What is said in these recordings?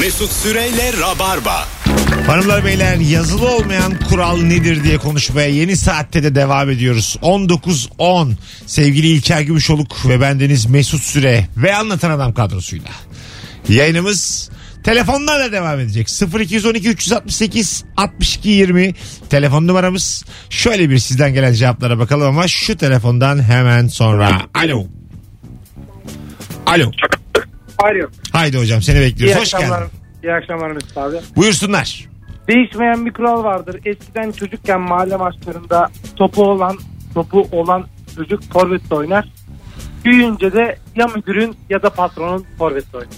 Mesut Süreyle Rabarba. Hanımlar beyler yazılı olmayan kural nedir diye konuşmaya yeni saatte de devam ediyoruz. 19.10 sevgili İlker Gümüşoluk ve bendeniz Mesut Süre ve Anlatan Adam kadrosuyla. Yayınımız telefonlarla devam edecek. 0212 368 62 20 telefon numaramız. Şöyle bir sizden gelen cevaplara bakalım ama şu telefondan hemen sonra. Alo. Alo. Alo. Haydi hocam seni bekliyoruz. İyi Hoş geldin. akşamlar. İyi akşamlar Mesut abi. Buyursunlar. Değişmeyen bir kural vardır. Eskiden çocukken mahalle maçlarında topu olan topu olan çocuk forvetle oynar. Büyüyünce de ya müdürün ya da patronun forvetle oynar.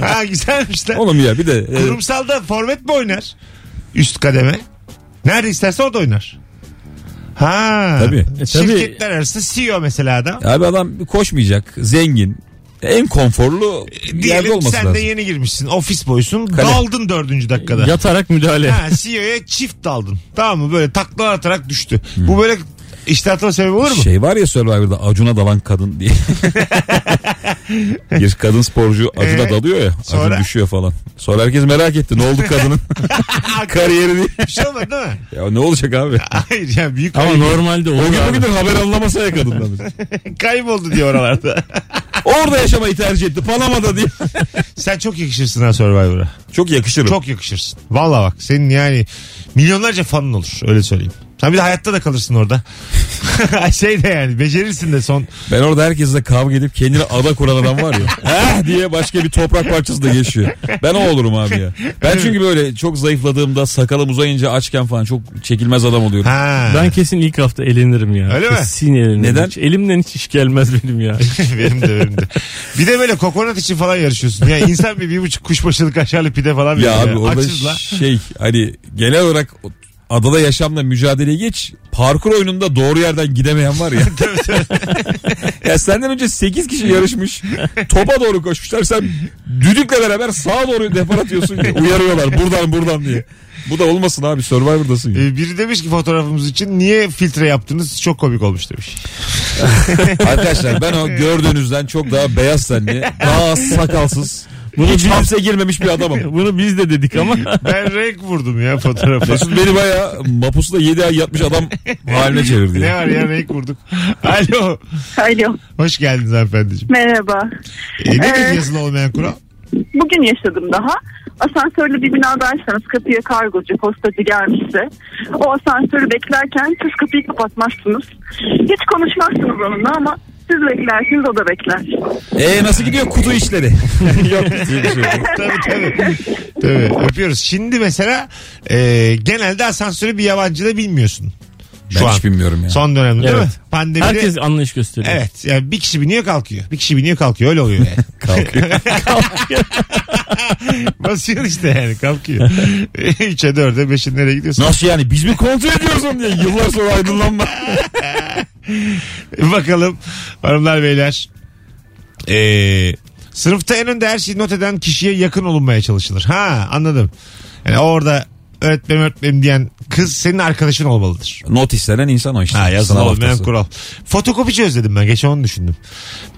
ha güzelmiş lan. Oğlum ya bir de e, Kurumsalda forvet mi oynar? Üst kademe. Nerede isterse orada oynar. Ha. Tabii. E, tabii. Şirketler arası CEO mesela adam. abi adam koşmayacak, zengin, en konforlu yerde E, Diyelim olması sen lazım. de yeni girmişsin. Ofis boysun. Kale. Daldın dördüncü dakikada. Yatarak müdahale. Ha, CEO'ya çift daldın. Tamam mı? Böyle takla atarak düştü. Bu böyle işte atma sebebi olur mu? Şey var ya Survivor'da Acun'a dalan kadın diye. bir kadın sporcu Acun'a Ee, dalıyor ya. sonra? Acun düşüyor falan. Sonra herkes merak etti. Ne oldu kadının kariyerini? Bir şey olmadı değil mi? ya ne olacak abi? Hayır ya büyük Ama kayıp- normalde olur Bugün abi. bugündür haber anlamasa ya kadından. kayboldu diyor oralarda. Orada yaşamayı tercih etti. Panama'da diye. Sen çok yakışırsın ha Survivor'a. Çok yakışır. o. Çok yakışırsın. Valla bak senin yani milyonlarca fanın olur öyle söyleyeyim. Sen bir de hayatta da kalırsın orada. şey de yani becerirsin de son. Ben orada herkesle kavga edip kendine ada kuran adam var ya. Heh diye başka bir toprak parçası da geçiyor. Ben o olurum abi ya. Ben çünkü böyle çok zayıfladığımda sakalım uzayınca açken falan çok çekilmez adam oluyorum. Ha. Ben kesin ilk hafta elenirim ya. Öyle mi? Kesin elenirim. Neden? Hiç elimden hiç iş gelmez benim ya. benim de benim de. Bir de böyle kokonat için falan yarışıyorsun. Ya insan bir, bir buçuk kuşbaşılı kaşarlı pide falan Ya veriyor abi orada e, Açız la. şey hani genel olarak o- adada yaşamla mücadele geç parkur oyununda doğru yerden gidemeyen var ya. ya senden önce 8 kişi yarışmış. Topa doğru koşmuşlar. Sen düdükle beraber sağa doğru depar atıyorsun. ya. Uyarıyorlar buradan buradan diye. Bu da olmasın abi Survivor'dasın. ya. Ee, Biri demiş ki fotoğrafımız için niye filtre yaptınız çok komik olmuş demiş. Arkadaşlar ben o gördüğünüzden çok daha beyaz tenli, daha az sakalsız, Bunu hiç biz- hapse girmemiş bir adamım. Bunu biz de dedik ama Ben renk vurdum ya fotoğrafa. Mesut beni baya mapusla 7 ay yatmış adam haline çevirdi. ne ya. var ya renk vurduk. Alo. Alo. Hoş geldiniz hanımefendiciğim. Merhaba. E, nedir Evet. yazılı olmayan kural? Bugün yaşadım daha. Asansörlü bir binadaysanız kapıya kargocu, postacı gelmişse o asansörü beklerken siz kapıyı kapatmazsınız. Hiç konuşmazsınız onunla ama siz beklersiniz o da bekler. Ee, nasıl gidiyor kutu işleri? Yok diye bir şey yok. tabii tabii. Tabii öpüyoruz. Şimdi mesela e, genelde asansörü bir yabancı da bilmiyorsun. Şu Ben an. hiç bilmiyorum ya. Son dönemde değil mi? Evet. Pandemide. herkes anlayış gösteriyor. Evet yani bir kişi biniyor kalkıyor. Bir kişi biniyor kalkıyor öyle oluyor yani. Kalkıyor. Basıyor işte yani kalkıyor. 3'e 4'e 5'e nereye gidiyorsun? Nasıl yani biz mi kontrol ediyoruz onu diye yıllar sonra aydınlanma. Bakalım hanımlar beyler. Ee, sınıfta en önde her şeyi not eden kişiye yakın olunmaya çalışılır. Ha anladım. Yani orada öğretmenim öğretmenim diyen kız senin arkadaşın olmalıdır. Not istenen insan o işte. Ha yazılı Sınav olmayan haftası. kural. Fotokopici özledim ben. Geçen onu düşündüm.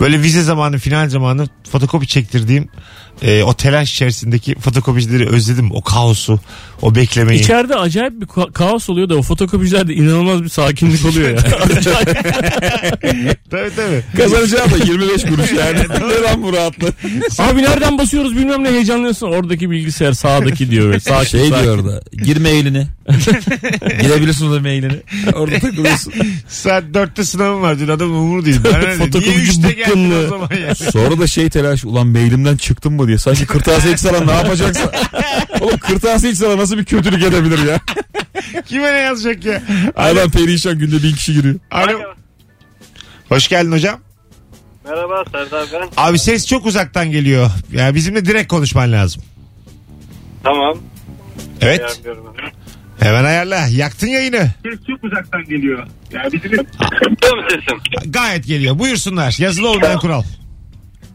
Böyle vize zamanı, final zamanı fotokopi çektirdiğim e, o telaş içerisindeki fotokopicileri özledim. O kaosu, o beklemeyi. İçeride acayip bir ka- kaos oluyor da o fotokopicilerde inanılmaz bir sakinlik oluyor ya. Tabii tabii. Kazanacağı da 25 kuruş yani. ne lan bu rahatlık? Abi nereden basıyoruz bilmem ne heyecanlıyorsun. Oradaki bilgisayar sağdaki diyor. Böyle. Sakin, Şey sakin. diyor orada. Gir mailini. Girebilirsin o da mailini. Orada takılıyorsun. Saat dörtte sınavım var. Dün adam umur değil. Ben öyle- Niye Fotokopici üçte geldin o bıkkınlığı. zaman ya? Sonra da şey telaş ulan mailimden çıktım mı diye. Sanki kırtasiye sana ne yapacaksa. Oğlum kırtasiye sana nasıl bir kötülük edebilir ya? Kime ne yazacak ya? Adam perişan günde bin kişi giriyor. Alo. Hoş geldin hocam. Merhaba Serdar ben. Abi ses çok uzaktan geliyor. Yani bizimle direkt konuşman lazım. Tamam. Evet. Hemen ayarla. Yaktın yayını. Ses çok uzaktan geliyor. Yani bizim Duyuyor mu sesim? Gayet geliyor. Buyursunlar. Yazılı olmayan kural.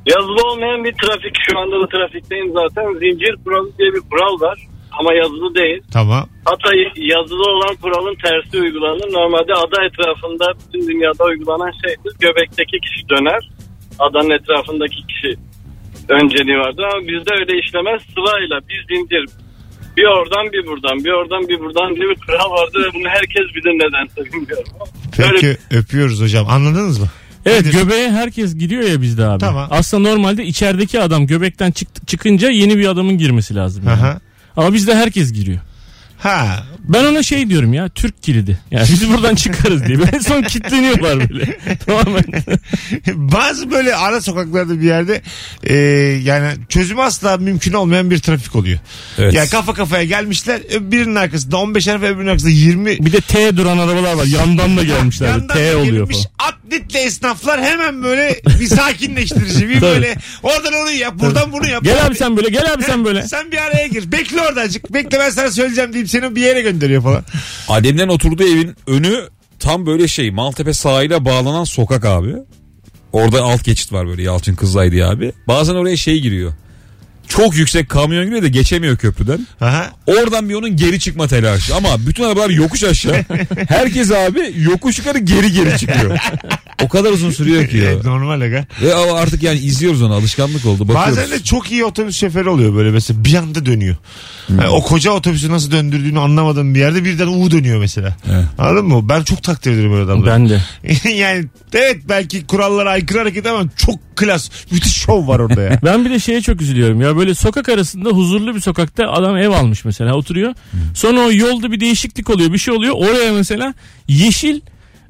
Yazılı olmayan bir trafik. Şu anda da trafikteyim zaten. Zincir kuralı diye bir kural var. Ama yazılı değil. Tamam. Hatta yazılı olan kuralın tersi uygulanır. Normalde ada etrafında bütün dünyada uygulanan şeydir. Göbekteki kişi döner. Adanın etrafındaki kişi önceliği vardı ama bizde öyle işlemez. Sırayla bir zincir bir oradan bir buradan bir oradan bir buradan diye bir kural vardı ve bunu herkes bilir nedense bilmiyorum. ama Peki Öyle öpüyoruz hocam. Anladınız mı? Evet Nedir? göbeğe herkes gidiyor ya bizde abi. Tamam. Aslında normalde içerideki adam göbekten çıktı, çıkınca yeni bir adamın girmesi lazım. yani. Aha. Ama bizde herkes giriyor. Ha. Ben ona şey diyorum ya Türk kilidi. Yani biz buradan çıkarız diye. En son kilitleniyorlar böyle. Tamamen. Bazı böyle ara sokaklarda bir yerde e, yani çözümü asla mümkün olmayan bir trafik oluyor. Evet. Ya kafa kafaya gelmişler. Birinin arkasında 15'er ve öbürünün arkasında 20 Bir de T duran arabalar var. Yandan da gelmişler. Yandan T oluyor girmiş falan. atletle esnaflar hemen böyle bir sakinleştirici bir Tabii. böyle oradan onu yap buradan bunu yap. Gel abi sen böyle gel abi sen böyle. Sen bir araya gir. Bekle orada azıcık. Bekle ben sana söyleyeceğim deyip seni bir yere gönderiyor falan. Adem'den oturduğu evin önü tam böyle şey Maltepe sahile bağlanan sokak abi. Orada alt geçit var böyle Yalçın Kızılay diye abi. Bazen oraya şey giriyor. Çok yüksek kamyon giriyor da geçemiyor köprüden. Aha. Oradan bir onun geri çıkma telaşı. Ama bütün arabalar yokuş aşağı. Herkes abi yokuş yukarı geri geri çıkıyor. O kadar uzun sürüyor ki ya. Evet, normal aga. Ve ama artık yani izliyoruz onu alışkanlık oldu. Bakıyoruz. Bazen de çok iyi otobüs şoförü oluyor böyle mesela bir anda dönüyor. Hmm. Yani o koca otobüsü nasıl döndürdüğünü anlamadığım bir yerde birden U dönüyor mesela. Evet. Anladın mı? Ben çok takdir ediyorum böyle adamları. Ben de. yani evet belki kurallara aykırı hareket ama çok klas. Müthiş şov var orada ya. Ben bir de şeye çok üzülüyorum ya böyle sokak arasında huzurlu bir sokakta adam ev almış mesela oturuyor. Sonra o yolda bir değişiklik oluyor bir şey oluyor. Oraya mesela yeşil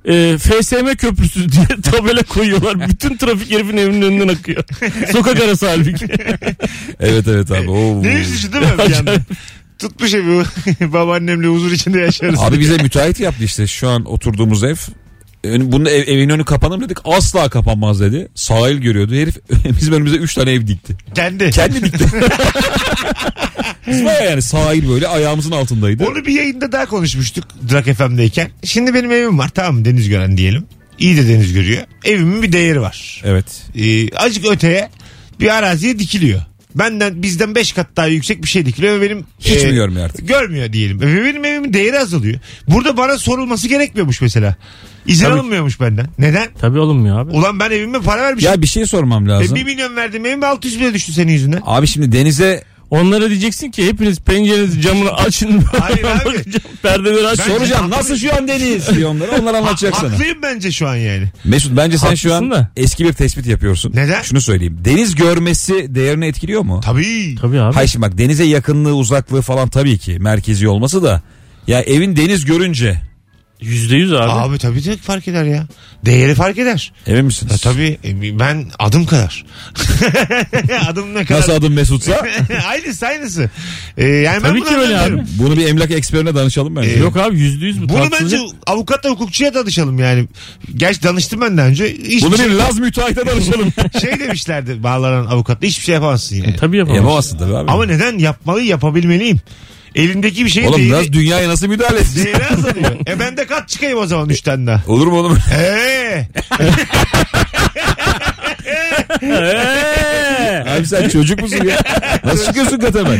e, FSM köprüsü diye tabela koyuyorlar. Bütün trafik herifin evinin önünden akıyor. Sokak arası halbuki. Evet evet abi. Oo. ne yüzücü değil mi bir yandan? Tutmuş evi babaannemle huzur içinde yaşarız. Abi bize müteahhit yaptı işte şu an oturduğumuz ev. Ön- Bunun ev- evin önü kapanır mı dedik asla kapanmaz dedi. Sahil görüyordu herif bizim önümüze 3 tane ev dikti. Kendi. Kendi dikti. Biz baya yani sahil böyle ayağımızın altındaydı. Onu bir yayında daha konuşmuştuk Drak FM'deyken. Şimdi benim evim var tamam mı? Deniz gören diyelim. İyi de deniz görüyor. Evimin bir değeri var. Evet. Ee, azıcık öteye bir araziye dikiliyor. Benden bizden 5 kat daha yüksek bir şey dikiliyor ve benim Hiç e, mi görmüyor artık? Görmüyor diyelim. Ve benim evimin değeri azalıyor. Burada bana sorulması gerekmiyormuş mesela. İzin alınmıyormuş benden. Neden? Tabii oğlum ya abi. Ulan ben evime para vermişim. Ya bir şey sormam lazım. 1 milyon verdim evime 600 bile düştü senin yüzünden. Abi şimdi denize Onlara diyeceksin ki hepiniz pencerenizi camını açın. Hayır abi. Bakacağım, Perdeleri açın. Bence- soracağım nasıl şu an deniz diyor onlara onlar anlatacak sana. Haklıyım bence şu an yani. Mesut bence sen şu an Haklısın da. eski bir tespit yapıyorsun. Neden? Şunu söyleyeyim. Deniz görmesi değerini etkiliyor mu? Tabii. Tabii abi. Hayır şimdi bak denize yakınlığı uzaklığı falan tabii ki merkezi olması da ya evin deniz görünce Yüzde yüz abi. Abi tabii de fark eder ya. Değeri fark eder. emin Ha, misiniz? tabii E, ben adım kadar. adım ne kadar. Nasıl adım Mesut'sa aynısı aynısı. Ee, yani ben Tabii bunu ki öyle anlamıyorum. abi. bunu bir emlak eksperine danışalım E, bence. Yok abi yüzde yüz bu. Bunu bence tartışılacak- avukatla hukukçuya danışalım yani. Gerçi danıştım ben daha önce. Hiçbir Bunu şey, bir Laz müteahhite danışalım. şey demişlerdi bağlanan avukatla hiçbir şey yapamazsın yani. E, Tabii yapamaz. E, Yapamazsın tabii abi. Ama neden yapmalı yapabilmeliyim. Elindeki bir şeyin Oğlum değeri, Laz dünyaya nasıl müdahale etsin? değeri azalıyor. e ben de kat çıkayım o zaman üçten daha. Olur mu oğlum? Eee. Eee! Abi sen çocuk musun ya? Nasıl çıkıyorsun kat hemen?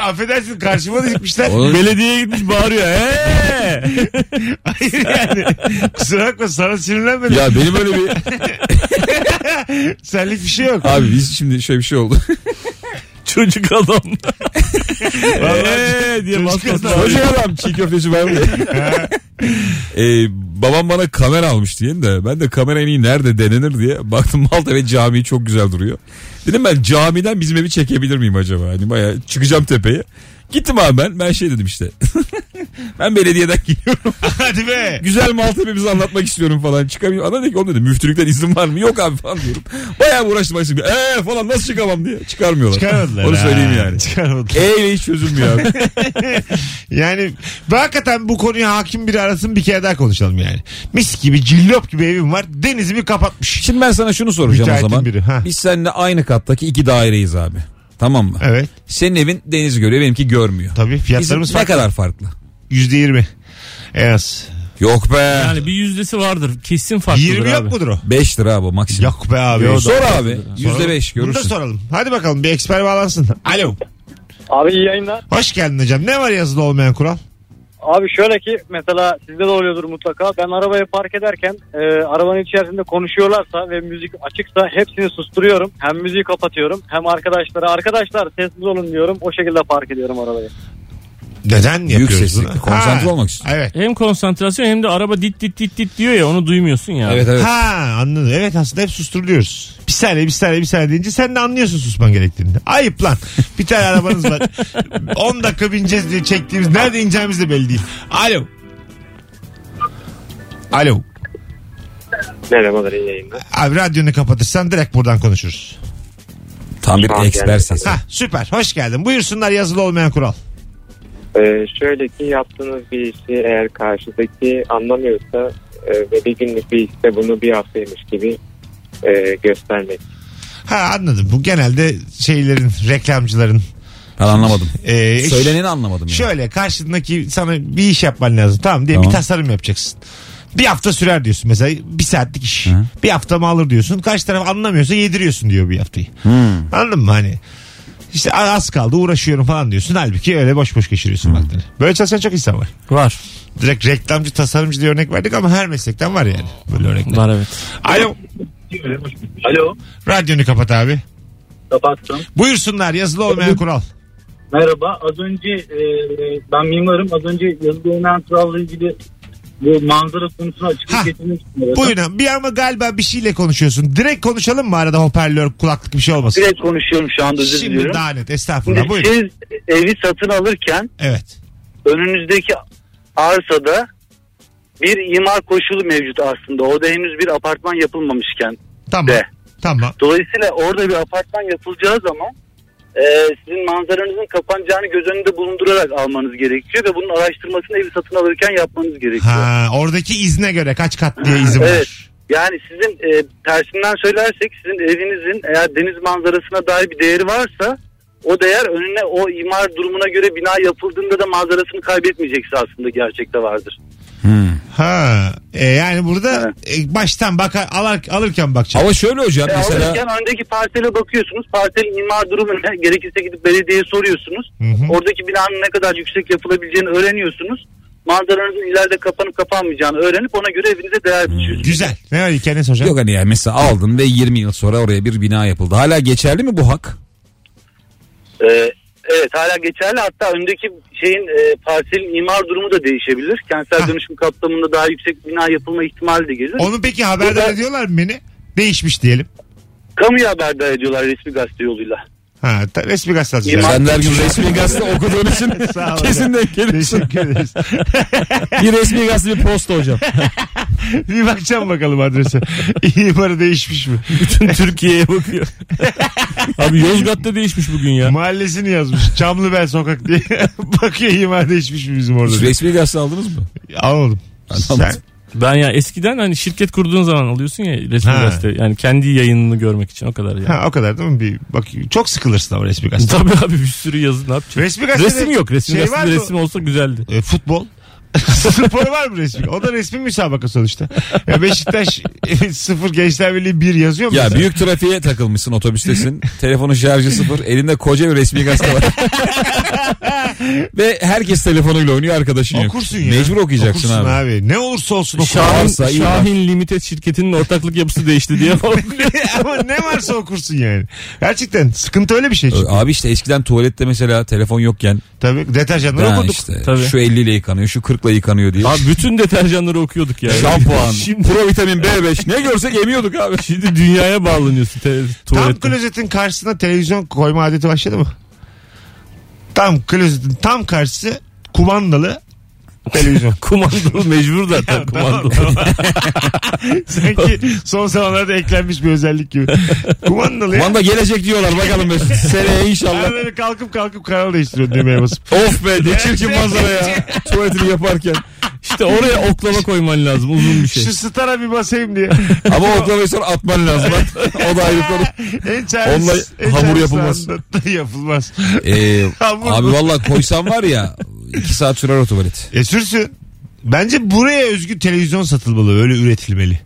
Affedersin karşıma dikmişler. Oğlum, Belediyeye gitmiş bağırıyor. Eee! Hayır yani. Kusura bakma sana sinirlenmedim. ya benim öyle bir... Senlik bir şey yok. Abi biz şimdi şöyle bir şey oldu. Çocuk adam. Eee diye Çocuk basmasın. adam. Çocuk adam çiğ köftesi var mı? Ee, babam bana kamera almış diye de ben de kamera en iyi nerede denenir diye baktım Maltepe camii çok güzel duruyor. Dedim ben camiden bizim evi çekebilir miyim acaba? Hani baya çıkacağım tepeye. Gittim abi ben. Ben şey dedim işte. ben belediyeden geliyorum. Hadi be. Güzel Maltepe'mizi anlatmak istiyorum falan. Çıkamıyorum. Ana dedi ki oğlum dedi müftülükten izin var mı? Yok abi falan diyorum. Bayağı uğraştım. açıkçası. Eee falan nasıl çıkamam diye. Çıkarmıyorlar. Çıkarmadılar. Onu ha. söyleyeyim yani. Çıkarmadılar. E ile hiç çözülmüyor abi. Yani ve hakikaten bu konuya hakim biri arasın bir kere daha konuşalım yani. Mis gibi cillop gibi evim var. Denizimi kapatmış. Şimdi ben sana şunu soracağım o Müteahhitin zaman. biri, ha. Biz seninle aynı kattaki iki daireyiz abi. Tamam mı? Evet. Senin evin deniz görüyor benimki görmüyor. Tabii fiyatlarımız Bizim ne farklı. kadar farklı? %20. En az. Yok be. Yani bir yüzdesi vardır. Kesin farklıdır 20 yok abi. mudur o? 5 lira bu maksimum. Yok be abi. Sor abi. Yüzde beş Bunu da görürsün. soralım. Hadi bakalım bir eksper bağlansın. Alo. Abi iyi yayınlar. Hoş geldin hocam. Ne var yazılı olmayan kural? Abi şöyle ki mesela sizde de oluyordur mutlaka. Ben arabayı park ederken e, arabanın içerisinde konuşuyorlarsa ve müzik açıksa hepsini susturuyorum. Hem müziği kapatıyorum hem arkadaşlara arkadaşlar sessiz olun diyorum. O şekilde park ediyorum arabayı. Neden yapıyoruz seslilikle bunu? konsantre Ha, olmak için. Evet. Hem konsantrasyon hem de araba dit dit dit dit diyor ya onu duymuyorsun ya. Evet evet. Ha anladım. Evet aslında hep susturuluyoruz. Bir saniye bir saniye bir saniye deyince sen de anlıyorsun susman gerektiğini. Ayıp lan. Bir tane arabanız var. 10 dakika bineceğiz diye çektiğimiz nerede ineceğimiz de belli değil. Alo. Alo. Merhabalar iyi yayınlar. Abi radyonu kapatırsan direkt buradan konuşuruz. Tam bir Tamam, eksper geldim. sesi. Ha süper. Hoş geldin. Buyursunlar yazılı olmayan kural. Ee, şöyle ki yaptığınız bir işi eğer karşıdaki anlamıyorsa e, ve bir günlük bir işte bunu bir haftaymış gibi e, göstermek. Ha anladım. Bu genelde şeylerin, reklamcıların. Ben anlamadım. e, Söyleneni anlamadım. Yani. Şöyle karşındaki sana bir iş yapman lazım tamam diye Tamam. bir tasarım yapacaksın. Bir hafta sürer diyorsun mesela bir saatlik iş. Hı. Bir hafta mı alır diyorsun. Karşı taraf anlamıyorsa yediriyorsun diyor bir haftayı. Hmm. Anladın mı hani? İşte "Aa, az kaldı uğraşıyorum falan diyorsun. Halbuki öyle boş boş geçiriyorsun vaktini. Böyle çalışan çok insan var. Var. Direkt reklamcı tasarımcı diye örnek verdik ama her meslekten var yani. Böyle örnekler. Var evet. Alo. Alo Radyonu kapat abi. kapattım. Buyursunlar yazılı olmayan kural. Merhaba az önce e, ben mimarım az önce yazılı olmayan kuralla ilgili bu manzara Ha. konusunu açıklık getirmek istiyorum. Buyurun. Bir ama galiba bir şeyle konuşuyorsun. Direkt konuşalım mı arada hoparlör kulaklık bir şey olmasın? Direkt konuşuyorum şu anda özür Şimdi diliyorum. daha net Şimdi estağfurullah buyurun. siz evi satın alırken Evet. önünüzdeki arsada bir imar koşulu mevcut aslında. Orada henüz bir apartman yapılmamışken Tamam. de. Tamam. Dolayısıyla orada bir apartman yapılacağı zaman e, sizin manzaranızın kapanacağını göz önünde bulundurarak almanız gerekiyor ve bunun araştırmasını evi satın alırken yapmanız gerekiyor. Ha, oradaki izne göre kaç kat diye izin Evet. var. Yani sizin e, tersinden söylersek sizin evinizin eğer deniz manzarasına dair bir değeri varsa o değer önüne o imar durumuna göre bina yapıldığında da manzarasını kaybetmeyecekse aslında gerçekte vardır. Ha. E, yani burada e, baştan baka, alar, alırken bakacaksın. Ama şöyle hocam E, mesela alırken öndeki parsele bakıyorsunuz. Parselin imar durumuna gerekirse gidip belediyeye soruyorsunuz. Hı hı. Oradaki binanın ne kadar yüksek yapılabileceğini öğreniyorsunuz. Manzaranızın ileride kapanıp kapanmayacağını öğrenip ona göre evinize değer biçiyorsunuz. Güzel. Ne var hikayeniz hocam? yok hani yani mesela aldın ve 20 yıl sonra oraya bir bina yapıldı. Hala geçerli mi bu hak? Ee, evet hala geçerli. Hatta öndeki şeyin e, parselin imar durumu da değişebilir. Kentsel Hah. dönüşüm kapsamında daha yüksek bina yapılma ihtimali de gelir. Onu peki haberdar Burada- ediyorlar mı beni? Değişmiş diyelim. Kamuya haberdar ediyorlar resmi gazete yoluyla. Ha, ta- resmi gazeteci. İmar- Sen de her gün resmi gazete okuduğun için Sağ ol kesin denk gelirsin. Teşekkür ederiz. bir resmi gazete bir posta hocam. bir bakacağım bakalım adrese. İmarı değişmiş mi? Bütün Türkiye'ye bakıyor. Abi Yozgat'ta değişmiş bugün ya. Mahallesini yazmış. Çamlıbel sokak diye. Bakıyor imar değişmiş mi bizim orada? diye. resmi gazete aldınız mı? Anladım. Sen, Anlamadım. Ben ya eskiden hani şirket kurduğun zaman alıyorsun ya resmi Ha. gazete. Yani kendi yayınını görmek için o kadar ya. ha, o kadar değil mi? Bir, bak, çok sıkılırsın ama resmi gazete. Tabii abi bir sürü yazı ne yapacaksın? Resmi gazetede Resim yok. Resim şey var gazetede mı? resim olsa güzeldi. E, futbol. Spor var mı resmi? O da resmi müsabaka sonuçta. Ya Beşiktaş 0 Gençler Birliği 1 yazıyor mu? Ya mesela? büyük trafiğe takılmışsın otobüstesin. Telefonun şarjı sıfır. Elinde koca bir resmi gazete var. Ve herkes telefonuyla oynuyor arkadaşın yok. Okursun ya. Mecbur okuyacaksın Okursun abi. Ne olursa olsun okursun. varsa iyi Şahin, var. Şahin Limited şirketinin ortaklık yapısı değişti diye. Ama ne varsa okursun yani. Gerçekten sıkıntı öyle bir şey. Ö- Çünkü. Abi işte eskiden tuvalette mesela telefon yokken Tabii "Ha deterjanları okuduk. işte Tabii. şu 50 ile yıkanıyor şu 40 ile yıkanıyor diye. abi bütün deterjanları okuyorduk yani. Şampuan, Şimdi, provitamin B5 ne görsek yemiyorduk abi. şimdi dünyaya bağlanıyorsun te- Tam tuvalette. klozetin karşısına televizyon koyma adeti başladı mı? Tam klozetin tam karşısı kumandalı televizyon. Kumandalı mecbur zaten kumandalı. Sanki son zamanlarda eklenmiş bir özellik gibi. Kumandalı ya. Manda gelecek diyorlar bakalım Mesut. Seneye inşallah. Ben böyle kalkıp kalkıp kanal değiştiriyorum düğmeye basıp. of be ne çirkin manzara ya. Tuvaletini yaparken. İşte oraya oklava koyman lazım uzun bir şey. Şu stara bir basayım diye. Ama oklavayı sonra atman lazım. o da ayrı konu. en çaresiz. Onunla en hamur çaresiz yapılmaz. anda yapılmaz. Ee, Hamur abi mu? valla koysan var ya 2 saat sürer o tuvalet. E sürsün. Bence buraya özgü televizyon satılmalı. Öyle üretilmeli.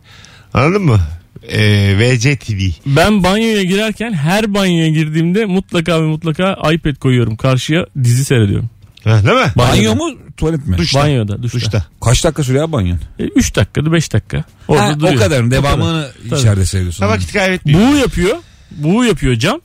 Anladın mı? E, VC TV. Ben banyoya girerken her banyoya girdiğimde mutlaka ve mutlaka iPad koyuyorum karşıya dizi seyrediyorum. Ha, değil mi? Banyo mu tuvalet mi? Duşta. Banyoda, duşta. Duşta. Kaç dakika sürüyor abi banyo? 3 dakikada 5 dakika. Orada Ha, duruyor. o kadar. Devamını Tabii. içeride seviyorsun. Ha, vakit kaybetmiyor. Buğu yapıyor. Buğu yapıyor cam.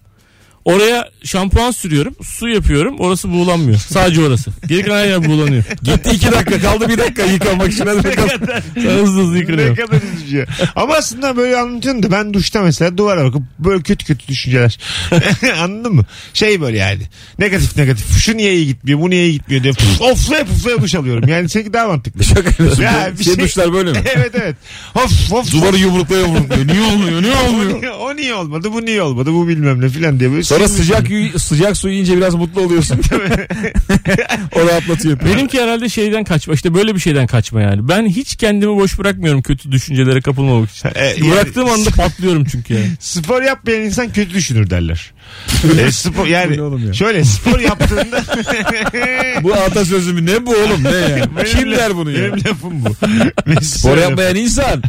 Oraya şampuan sürüyorum. Su yapıyorum. Orası buğulanmıyor. Sadece orası. Geri kalan her yer buğulanıyor. Gitti iki dakika kaldı bir dakika yıkanmak için. Hadi bakalım. Sonra hızlı hızlı Ne yıkanıyor. kadar üzücü. Ama aslında böyle anlatıyorsun da ben duşta mesela duvara bakıp böyle kötü kötü düşünceler. Anladın mı? Şey böyle yani. Negatif negatif. Şu niye iyi gitmiyor, bu niye iyi gitmiyor diye puf, oflaya puflaya duş alıyorum. Yani seninki daha mantıklı. Şaka yapıyorsun. Ya, Bu bir şey, şey- duşlar böyle mi? evet evet. Of of. Duvarı yumruklaya vurmuyor. Niye olmuyor? Niye o olmuyor? niye, o niye olmadı, bu niye olmadı, bu bilmem ne filan diye böyle. şey Sonra sinirli- sıcak yu- sıcak su yiyince biraz mutlu oluyorsun. o rahatlatıyor. Benimki herhalde şeyden kaçma. İşte böyle bir şeyden kaçma yani. Ben hiç kendimi boş bırakmıyorum kötü düşüncelere kapılmamak için. E, yani- Bıraktığım anda patlıyorum çünkü yani. Spor yapmayan insan kötü düşünür derler. E, spor Bu ne oğlum yani ya? şöyle spor yaptığında bu atasözü mü? Ne bu oğlum? Ne yani? Benim Kim laf- der bunu ya? Benim lafım bu. Mesut Spor Süre- yapmayan insan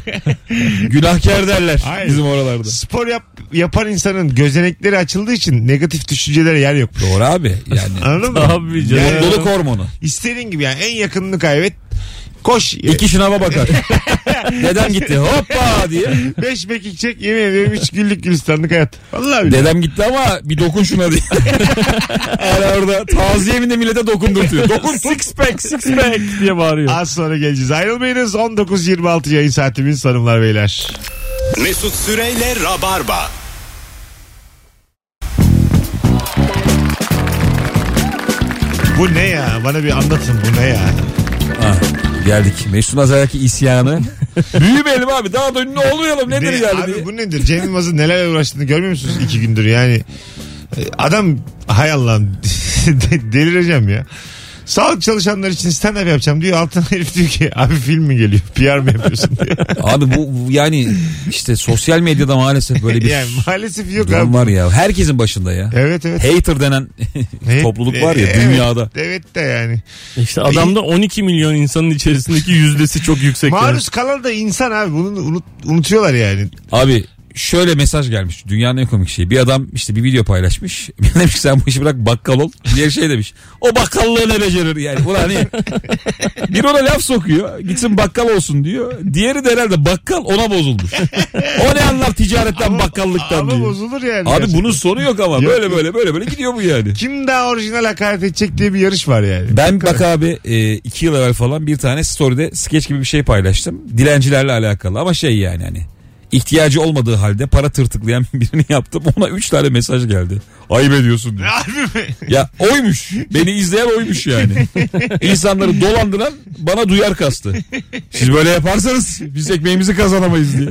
günahkar derler Hayır. bizim oralarda. Spor yap, yapan insanın gözenekleri açıldığı için negatif düşüncelere yer yok. Doğru abi yani. Anladın mı? Abi canım. Yani- Mutluluk hormonu. İstediğin gibi yani en yakınını kaybet. Koş. İki şınava bakar. Dedem gitti hoppa diye. Beş mekik çek yemin ediyorum üç güllük gülistanlık hayat. Vallahi billahi. Dedem gitti ama bir dokun şuna diye. Yani orada taziye evinde millete dokundurtuyor. Dokun six pack six pack. diye bağırıyor. Az sonra geleceğiz. Ayrılmayınız 19.26 yayın saatimiz sanımlar beyler. Mesut Süreyle Rabarba. Bu ne ya? Bana bir anlatın bu ne ya? Ha, geldik. Mesut Azar'daki isyanı. Büyümeyelim abi daha da ünlü olmayalım. Nedir Ne- yani? abi diye. bu nedir? Cem Yılmaz'ın nelerle uğraştığını görmüyor musunuz iki gündür? Yani e, adam hay Allah'ım de- delireceğim ya. Sağlık çalışanlar için stand-up yapacağım diyor. Altına herif diyor ki abi film mi geliyor? PR mı yapıyorsun diyor. Abi bu yani işte sosyal medyada maalesef böyle bir yani maalesef yok durum abi. var ya. Herkesin başında ya. Evet evet. Hater denen Evet, topluluk var ya evet, dünyada. Evet de yani. İşte adamda 12 milyon insanın içerisindeki yüzdesi çok yüksek. yani. Maruz kalan da insan abi. Bunu unut, unutuyorlar yani. Abi şöyle mesaj gelmiş. Dünyanın en komik şeyi. Bir adam işte bir video paylaşmış. Bir demiş ki sen bu işi bırak bakkal ol. Diğer şey demiş. O bakkallığı ne becerir yani. Ulan hani bir ona laf sokuyor. Gitsin bakkal olsun diyor. Diğeri de herhalde bakkal ona bozulmuş. o ne anlar ticaretten bakkallıktan Ama diyor. bozulur yani. Abi gerçekten. bunun sonu yok ama. Yok, böyle yok. böyle böyle böyle gidiyor bu yani. Kim daha orijinal hakaret edecek diye bir yarış var yani. Ben bak abi e, iki yıl evvel falan bir tane story'de skeç gibi bir şey paylaştım. Dilencilerle alakalı ama şey yani hani ihtiyacı olmadığı halde para tırtıklayan birini yaptım. Ona üç tane mesaj geldi. Ayıp ediyorsun diyor. Harbi mi? ya oymuş. Beni izleyen oymuş yani. İnsanları dolandıran bana duyar kastı. Siz böyle yaparsanız biz ekmeğimizi kazanamayız diye.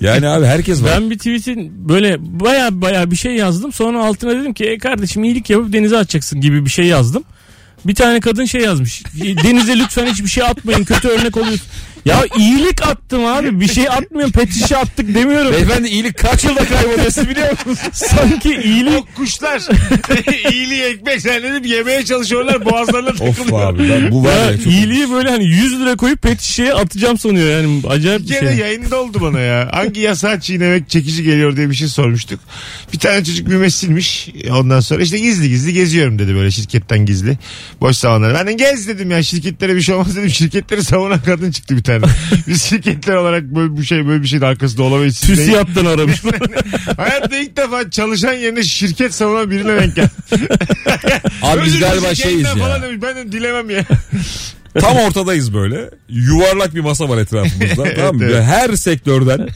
Yani abi herkes var. Ben bir tweet'in böyle baya baya bir şey yazdım. Sonra altına dedim ki e kardeşim iyilik yapıp denize atacaksın gibi bir şey yazdım. Bir tane kadın şey yazmış. Denize lütfen hiçbir şey atmayın. Kötü örnek oluyorsun. Ya iyilik attım abi. Bir şey atmıyorum. Pet şişe attık demiyorum. Beyefendi iyilik kaç yılda kayboldu siz biliyor musunuz? Sanki iyilik O kuşlar iyiliği ekmek zannedip yemeye çalışıyorlar boğazlarına of takılıyor. abi ben- bu var ya, ya çok- iyiliği böyle hani 100 lira koyup pet şişeye atacağım sanıyor yani acayip Bir bir kere şey. yayında oldu bana ya. Hangi yasağı çiğnemek çekici geliyor diye bir şey sormuştuk. Bir tane çocuk mümessilmiş. Ondan sonra işte gizli gizli geziyorum dedi böyle şirketten gizli. Boş zamanlar. Ben de gez dedim ya şirketlere bir şey olmaz dedim. Şirketleri savunan kadın çıktı bir tane. Biz şirketler olarak böyle bir şey böyle bir şeyin arkasında olamayız. Siz de- TÜSİAD'dan aramışlar. Hayatta ilk defa çalışan yerine şirket savunan birine denk geldim. Abi biz Özür dilerim, galiba şirketten şeyiz ya. falan demiş. Ben de dilemem ya. Tam ortadayız böyle. Yuvarlak bir masa var etrafımızda. tamam mı? Evet, evet. Her sektörden,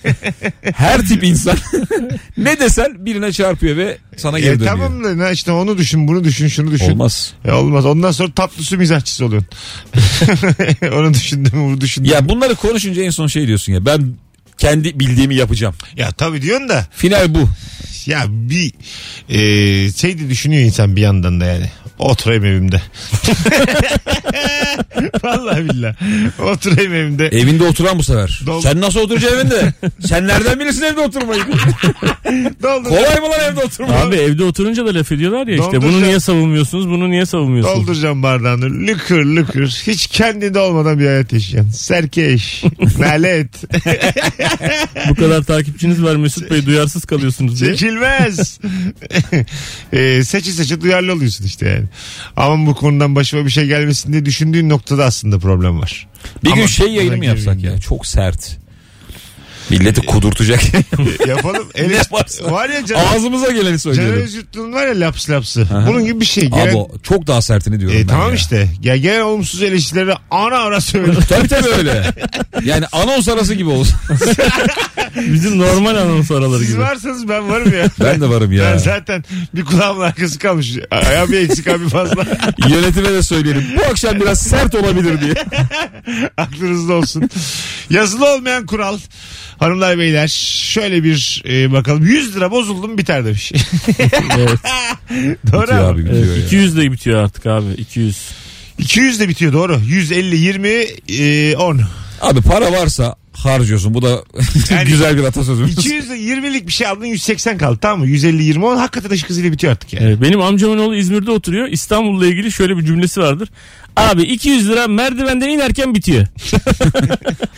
her tip insan ne desen birine çarpıyor ve sana geri E, dönüyor. tamam da ne işte onu düşün bunu düşün şunu düşün. Olmaz. E, olmaz. Ondan sonra tatlısı mizahçısı oluyorsun. Onu düşündüm bunu düşündüm. Ya, Ya bunları konuşunca en son şey diyorsun ya ben kendi bildiğimi yapacağım. tabii diyorsun da Final bu. ya bir e, şey de düşünüyor insan bir yandan da yani. Oturayım evimde. Vallahi billah. Oturayım evimde. Evinde oturan bu sefer. Dol- Sen nasıl oturacaksın evinde? Sen nereden bilirsin evde oturmayı? Doldur, Kolay mı lan evde oturmak? Abi evde oturunca da laf ediyorlar ya işte bunu Donduracağım. niye savunmuyorsunuz bunu niye savunmuyorsunuz. dolduracağım bardağını. Lıkır lıkır. Hiç kendinde olmadan bir hayat yaşayan. Serkeş. Nalet. Bu kadar takipçiniz var Mesut Bey duyarsız kalıyorsunuz diye. Çekilmez. e, seçi seçi duyarlı oluyorsun işte yani. Ama bu konudan başıma bir şey gelmesin diye düşündüğün noktada aslında problem var. Bir gün Ama- şey yayını mı Ama yapsak gireyim ya? Çok sert. Milleti kudurtacak. Yapalım. Ele- yaparsan. var ya Can, Ağzımıza geleni Caner söyleyelim. Özgürtlü'nün var ya laps lapsı. Aha. Bunun gibi bir şey. Gelen, Abi çok daha sertini diyorum E, ben tamam ya. işte. Ya gelen olumsuz eleştirileri ana ara söyle. Tabii tabii öyle. Yani anons arası gibi olsun. Bizim normal anons araları Siz gibi. varsanız ben varım ya. Ben de varım Ben ya. zaten bir kulağımın arkası kalmış. Ayağım bir eksik abi fazla. Yönetime de söyleyelim. Bu akşam biraz sert olabilir diye. Aklınızda olsun. Yazılı olmayan kural. Hanımlar beyler şöyle bir e, bakalım. 100 lira bozuldum biter demiş. Evet. doğru Bitiyor abi. abi bitiyor Evet, ya. 200 de bitiyor artık abi 200. 200 de bitiyor doğru. 150, 20, e, 10. Abi para varsa harcıyorsun. Bu da Yani- güzel bir atasözü. 200 de 20'lik bir şey aldın 180 kaldı tamam mı? 150, 20, 10 hakikaten ışık hızıyla bitiyor artık yani. Evet, benim amcamın oğlu İzmir'de oturuyor. İstanbul'la ilgili şöyle bir cümlesi vardır. Abi 200 lira merdivenden inerken bitiyor.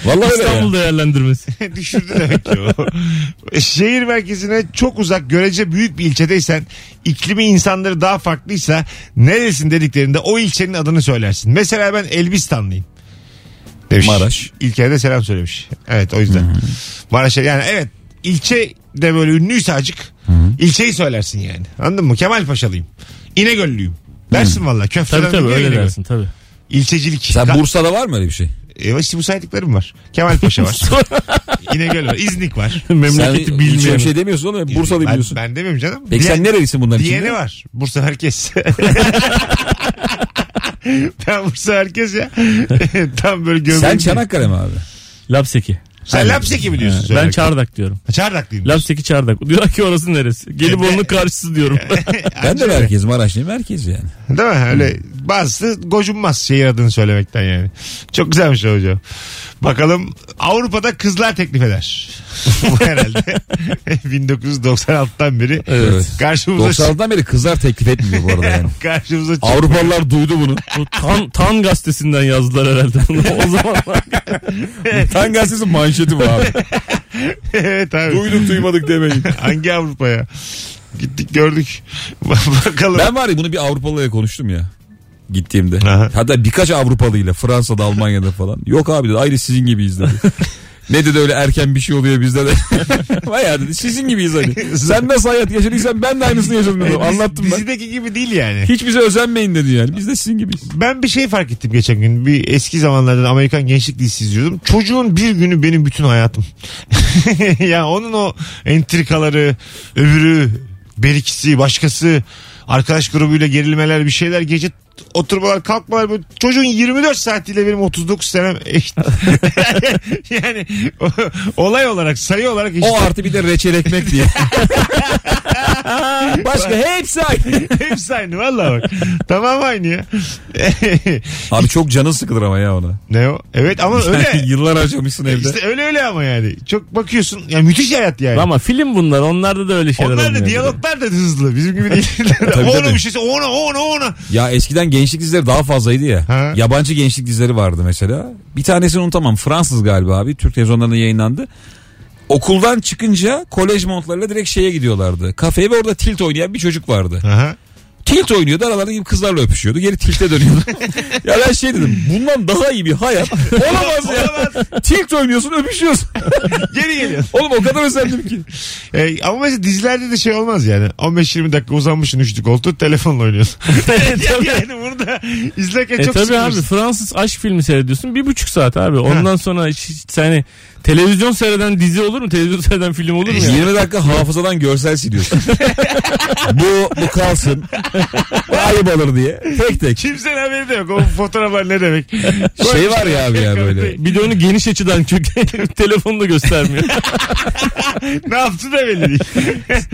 Vallahi öyle ya. İstanbul değerlendirmesi. Düşürdü demek ki o. Şehir merkezine çok uzak görece büyük bir ilçedeysen iklimi insanları daha farklıysa neresin dediklerinde o ilçenin adını söylersin. Mesela ben Elbistanlıyım. Demiş. Maraş. İlker'e de selam söylemiş. Evet o yüzden. Hmm. Maraş'a yani evet ilçe de böyle ünlüyse acık Hmm. ilçeyi söylersin yani. Anladın mı? Kemalpaşalıyım. İnegöllüyüm. Dersin valla köfteden Hmm. Tabii tabii gidiyor öyle İnegöl. dersin tabii. İlçecilik. Sen Ka- Bursa'da var mı öyle bir şey? E, işte bu saydıklarım var. Kemalpaşa var. İnegöl var. İznik var. Memleketi Sen hiç öyle bilmeyen. bir şey demiyorsun oğlum. Hep Bursa'da ben, biliyorsun. Ben demiyorum canım. Peki sen Diyen- nerelisin bunların Diyeni içinde? var. Bursa herkes. ben Bursa herkes ya. Tam böyle gömülü. Sen Çanakkale mi abi? Lapseki. Sen Lapseki mi diyorsun? Ben şey- söylerken? Çardak diyorum. Çardaklıyım. Lapseki Çardak. Diyorlar ki orası neresi? Gelibolu'nun karşısı diyorum. Ben de merkez Maraşlıyım merkez yani. Değil mi? Öyle bazısı gocunmaz şehir adını söylemekten yani. Çok güzelmiş o hocam. Bakalım Avrupa'da kızlar teklif eder. Bu herhalde 1996'dan beri Evet. karşımıza 96'dan beri kızlar teklif etmiyor bu arada yani. karşımıza çıkıyor. Avrupalılar duydu bunu. Bu Tan, Tan gazetesinden yazdılar herhalde. bunu. o zamanlar. Tan gazetesi manşeti bu abi. evet abi. Duyduk duymadık demeyin. Hangi Avrupa'ya? Gittik gördük. Bakalım. Ben var ya bunu bir Avrupalı'ya konuştum ya. Gittiğimde. Aha. Hatta birkaç Avrupalıyla Fransa'da Almanya'da falan. Yok abi dedi aynı sizin gibiyiz dedi. ne dedi öyle erken bir şey oluyor bizde de. Bayağı dedi sizin gibiyiz hani. Sen nasıl hayat yaşadıysan ben de aynısını yaşadım dedi. Anlattım ben. Dizideki gibi değil yani. Hiç bize özenmeyin dedi yani. Biz de sizin gibiyiz. Ben bir şey fark ettim geçen gün. Bir eski zamanlardan Amerikan gençlik dizisi izliyordum. Çocuğun bir günü benim bütün hayatım. ya onun o entrikaları, öbürü, berikisi, başkası, arkadaş grubuyla gerilmeler bir şeyler gece oturmalar kalkmalar böyle çocuğun 24 saatiyle benim 39 senem eşit. yani o- olay olarak sayı olarak eşit. O artı bir de reçel ekmek diye. Başka hepsi aynı. Hepsi aynı valla bak. tamam aynı ya. Abi çok canın sıkılır ama ya ona. ne o? Evet ama öyle. Yıllar harcamışsın evde. İşte öyle öyle ama yani. Çok bakıyorsun. Ya müthiş hayat yani. Ama film bunlar. Onlarda da öyle şeyler Onlar da olmuyor. diyaloglar da hızlı. Bizim gibi değil. Tabii, ona tabii. bir şeyse ona ona ona. Ya eskiden gençlik dizileri daha fazlaydı ya. Ha. Yabancı gençlik dizileri vardı mesela. Bir tanesini unutamam. Fransız galiba abi. Türk televizyonlarında yayınlandı. Okuldan çıkınca kolej montlarıyla direkt şeye gidiyorlardı. Kafeye ve orada tilt oynayan bir çocuk vardı. Aha. Tilt oynuyordu aralarında gibi kızlarla öpüşüyordu. Geri tilte dönüyordu. ya ben şey dedim bundan daha iyi bir hayat olamaz ya. Olamaz. tilt oynuyorsun öpüşüyorsun. Geri geliyor. Oğlum o kadar özendim ki. Ee, ama mesela dizilerde de şey olmaz yani. 15-20 dakika uzanmışsın üçlü koltuğu telefonla oynuyorsun. yani burada izlerken E çok tabii sıkılırsın. abi Fransız aşk filmi seyrediyorsun. Bir buçuk saat abi. Ondan sonra hiç, hiç yani televizyon seyreden dizi olur mu? Televizyon seyreden film olur mu? ya? 20 dakika hafızadan görsel siliyorsun. bu, bu kalsın. Bu Ayıp olur diye. Tek tek. Kimsenin haberi de yok. O fotoğraflar ne demek? Şey var ya abi ya böyle. Bir de onu geniş açıdan çünkü telefonda göstermiyor. ne yaptı da belli değil.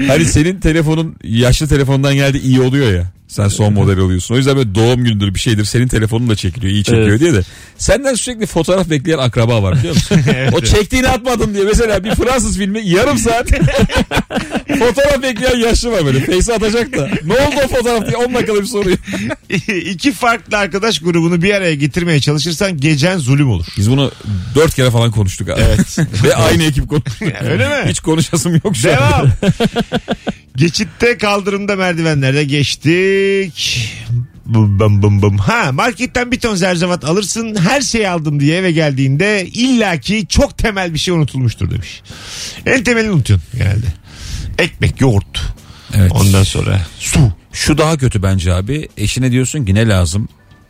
Hani senin telefonun yaşlı telefondan geldi iyi oluyor ya. Sen son model oluyorsun. O yüzden böyle doğum günüdür bir şeydir. Senin telefonun da çekiliyor. iyi çekiyor Evet. diye de. Senden sürekli fotoğraf bekleyen akraba var biliyor musun? o çektiğini atmadın diye. Mesela bir Fransız filmi yarım saat fotoğraf bekleyen yaşlı var böyle. Face'i atacak da. Ne oldu o fotoğraf diye 10 dakikada bir soruyor. İki farklı arkadaş grubunu bir araya getirmeye çalışırsan gecen zulüm olur. Biz bunu 4 kere falan konuştuk abi. Evet. Ve aynı ekip konuştu. Öyle mi? Hiç konuşasım yok şu an. Devam. Geçitte kaldırımda merdivenlerde geçtik. Bum bum bum bum. Ha marketten bir ton zerzevat alırsın her şeyi aldım diye eve geldiğinde illaki çok temel bir şey unutulmuştur demiş. En temelini unutuyorsun genelde. Ekmek, yoğurt. Evet. Ondan sonra su. Şu daha kötü bence abi. Eşine diyorsun ki ne lazım?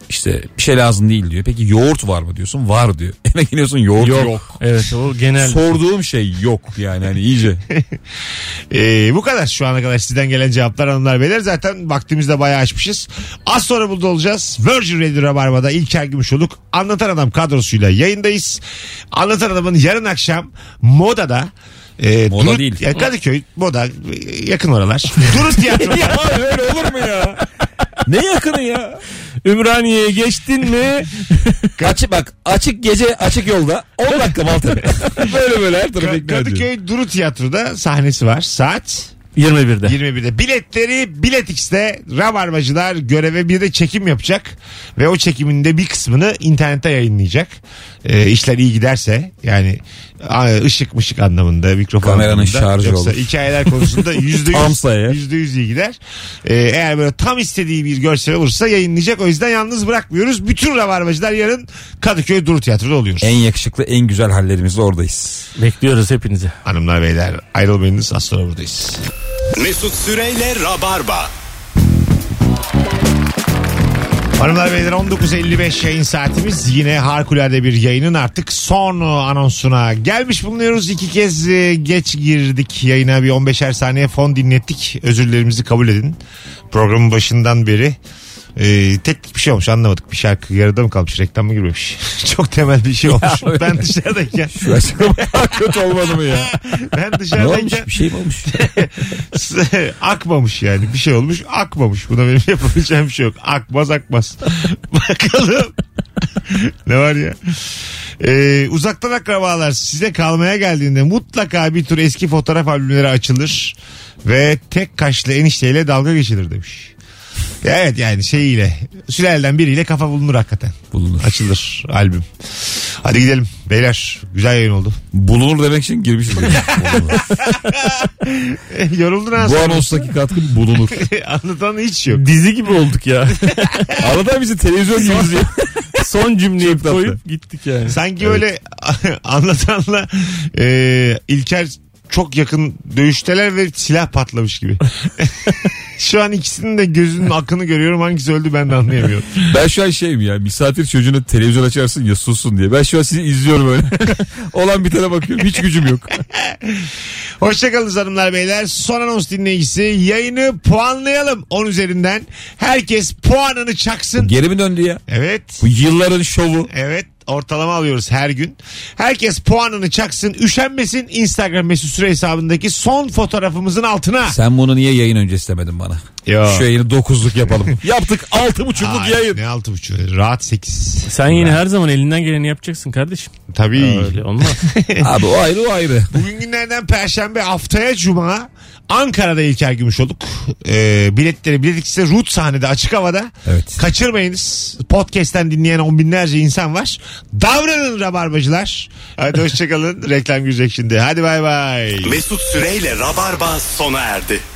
İşte bir şey lazım değil diyor. Peki yoğurt var mı diyorsun? Var diyor. Eve geliyorsun yoğurt yok. Evet o genel. Sorduğum şey yok yani hani iyice. Ee, bu kadar şu ana kadar sizden gelen cevaplar hanımlar beyler. Zaten vaktimizde bayağı açmışız. Az sonra burada olacağız. Virgin Radio Rabarba'da İlker Gümüşoluk Anlatan Adam kadrosuyla yayındayız. Anlatan Adam'ın yarın akşam Moda'da e, Moda Duru- değil. Ya Kadıköy, Moda e, yakın oralar. Duru Tiyatro'da. Abi öyle olur mu ya? Ne yakını ya? Ümraniye'ye geçtin mi? Açık bak açık gece açık yolda 10 dakika Maltepe. böyle böyle her tarafı Ka- ikna ediyor. Kadıköy Duru Tiyatro'da sahnesi var. Saat 21'de. 21'de. Biletleri Bilet X'te Rabarbacılar göreve bir de çekim yapacak. Ve o çekimin de bir kısmını internette yayınlayacak. Ee, işler iyi giderse yani a- ışık mışık anlamında mikrofon Kameranın anlamında. şarjı Yoksa olur. hikayeler konusunda yüzde yüz, Tamsa eğer. yüzde yüz iyi gider. Ee, eğer böyle tam istediği bir görsel olursa yayınlayacak. O yüzden yalnız bırakmıyoruz. Bütün Rabarbacılar yarın Kadıköy Duru Tiyatro'da oluyoruz. En yakışıklı en güzel hallerimizle oradayız. Bekliyoruz hepinizi. Hanımlar beyler ayrılmayınız az sonra buradayız. Mesut Süreyle Rabarba. Hanımlar beyler 19.55 yayın saatimiz yine harikulade bir yayının artık son anonsuna gelmiş bulunuyoruz. İki kez e, geç girdik yayına bir 15'er saniye fon dinlettik. Özürlerimizi kabul edin. Programın başından beri e, teknik bir şey olmuş anlamadık. Bir şarkı yarıda mı kalmış reklam mı girmemiş? Çok temel bir şey olmuş. ben dışarıdayken Şu açıklama daha kötü olmadı mı ya? ben Ne olmuş? dışarıdayken Bir şey mi olmuş? akmamış yani bir şey olmuş akmamış. Buna benim yapabileceğim bir şey yok. Akmaz akmaz. Bakalım. ne var ya? Ee, uzaktan akrabalar size kalmaya geldiğinde mutlaka bir tur eski fotoğraf albümleri açılır ve tek kaşlı enişteyle dalga geçilir demiş. Evet yani şeyiyle sülaleden biriyle kafa bulunur hakikaten. Bulunur. Açılır albüm. Hadi gidelim beyler. Güzel yayın oldu. Bulunur demek için girmişiz. Yoruldun ha. Bu anonstaki katkı bulunur. Anlatan hiç yok. Dizi gibi olduk ya. Arada bizi televizyon yüzüyor. Son cümleyi Çok tatlı. koyup gittik yani. Sanki öyle anlatanla e, İlker çok yakın dövüşteler ve silah patlamış gibi. Şu an ikisinin de gözünün akını görüyorum. Hangisi öldü ben de anlayamıyorum. Ben şu an şeyim ya misafir çocuğuna televizyon açarsın ya sussun diye. Ben şu an sizi izliyorum öyle. Olan bitene bakıyorum hiç gücüm yok. Hoşçakalın hanımlar beyler. Son anons dinleyicisi yayını puanlayalım 10 üzerinden. Herkes puanını çaksın. Geri mi döndü ya? Evet. Bu yılların şovu. Evet ortalama alıyoruz her gün. Herkes puanını çaksın. Üşenmesin Instagram mesut süre hesabındaki son fotoğrafımızın altına. Sen bunu niye yayın öncesi demedin bana? Yo. Şu yayını dokuzluk yapalım. Yaptık altı buçukluk Ay, yayın. Ne altı buçuğu? Rahat sekiz. Sen yine her zaman elinden geleni yapacaksın kardeşim. Tabii. Öyle olmaz. Abi o ayrı o ayrı. Bugün günlerden Perşembe haftaya Cuma Ankara'da İlker Gümüşoluk. Ee, biletleri bilet ikisi de Root sahnede açık havada. Evet. Kaçırmayınız. Podcast'ten dinleyen on binlerce insan var. Davranın rabarbacılar. Hadi hoşçakalın. Reklam girecek şimdi. Hadi bay bay. Mesut Süreyle Rabarba sona erdi.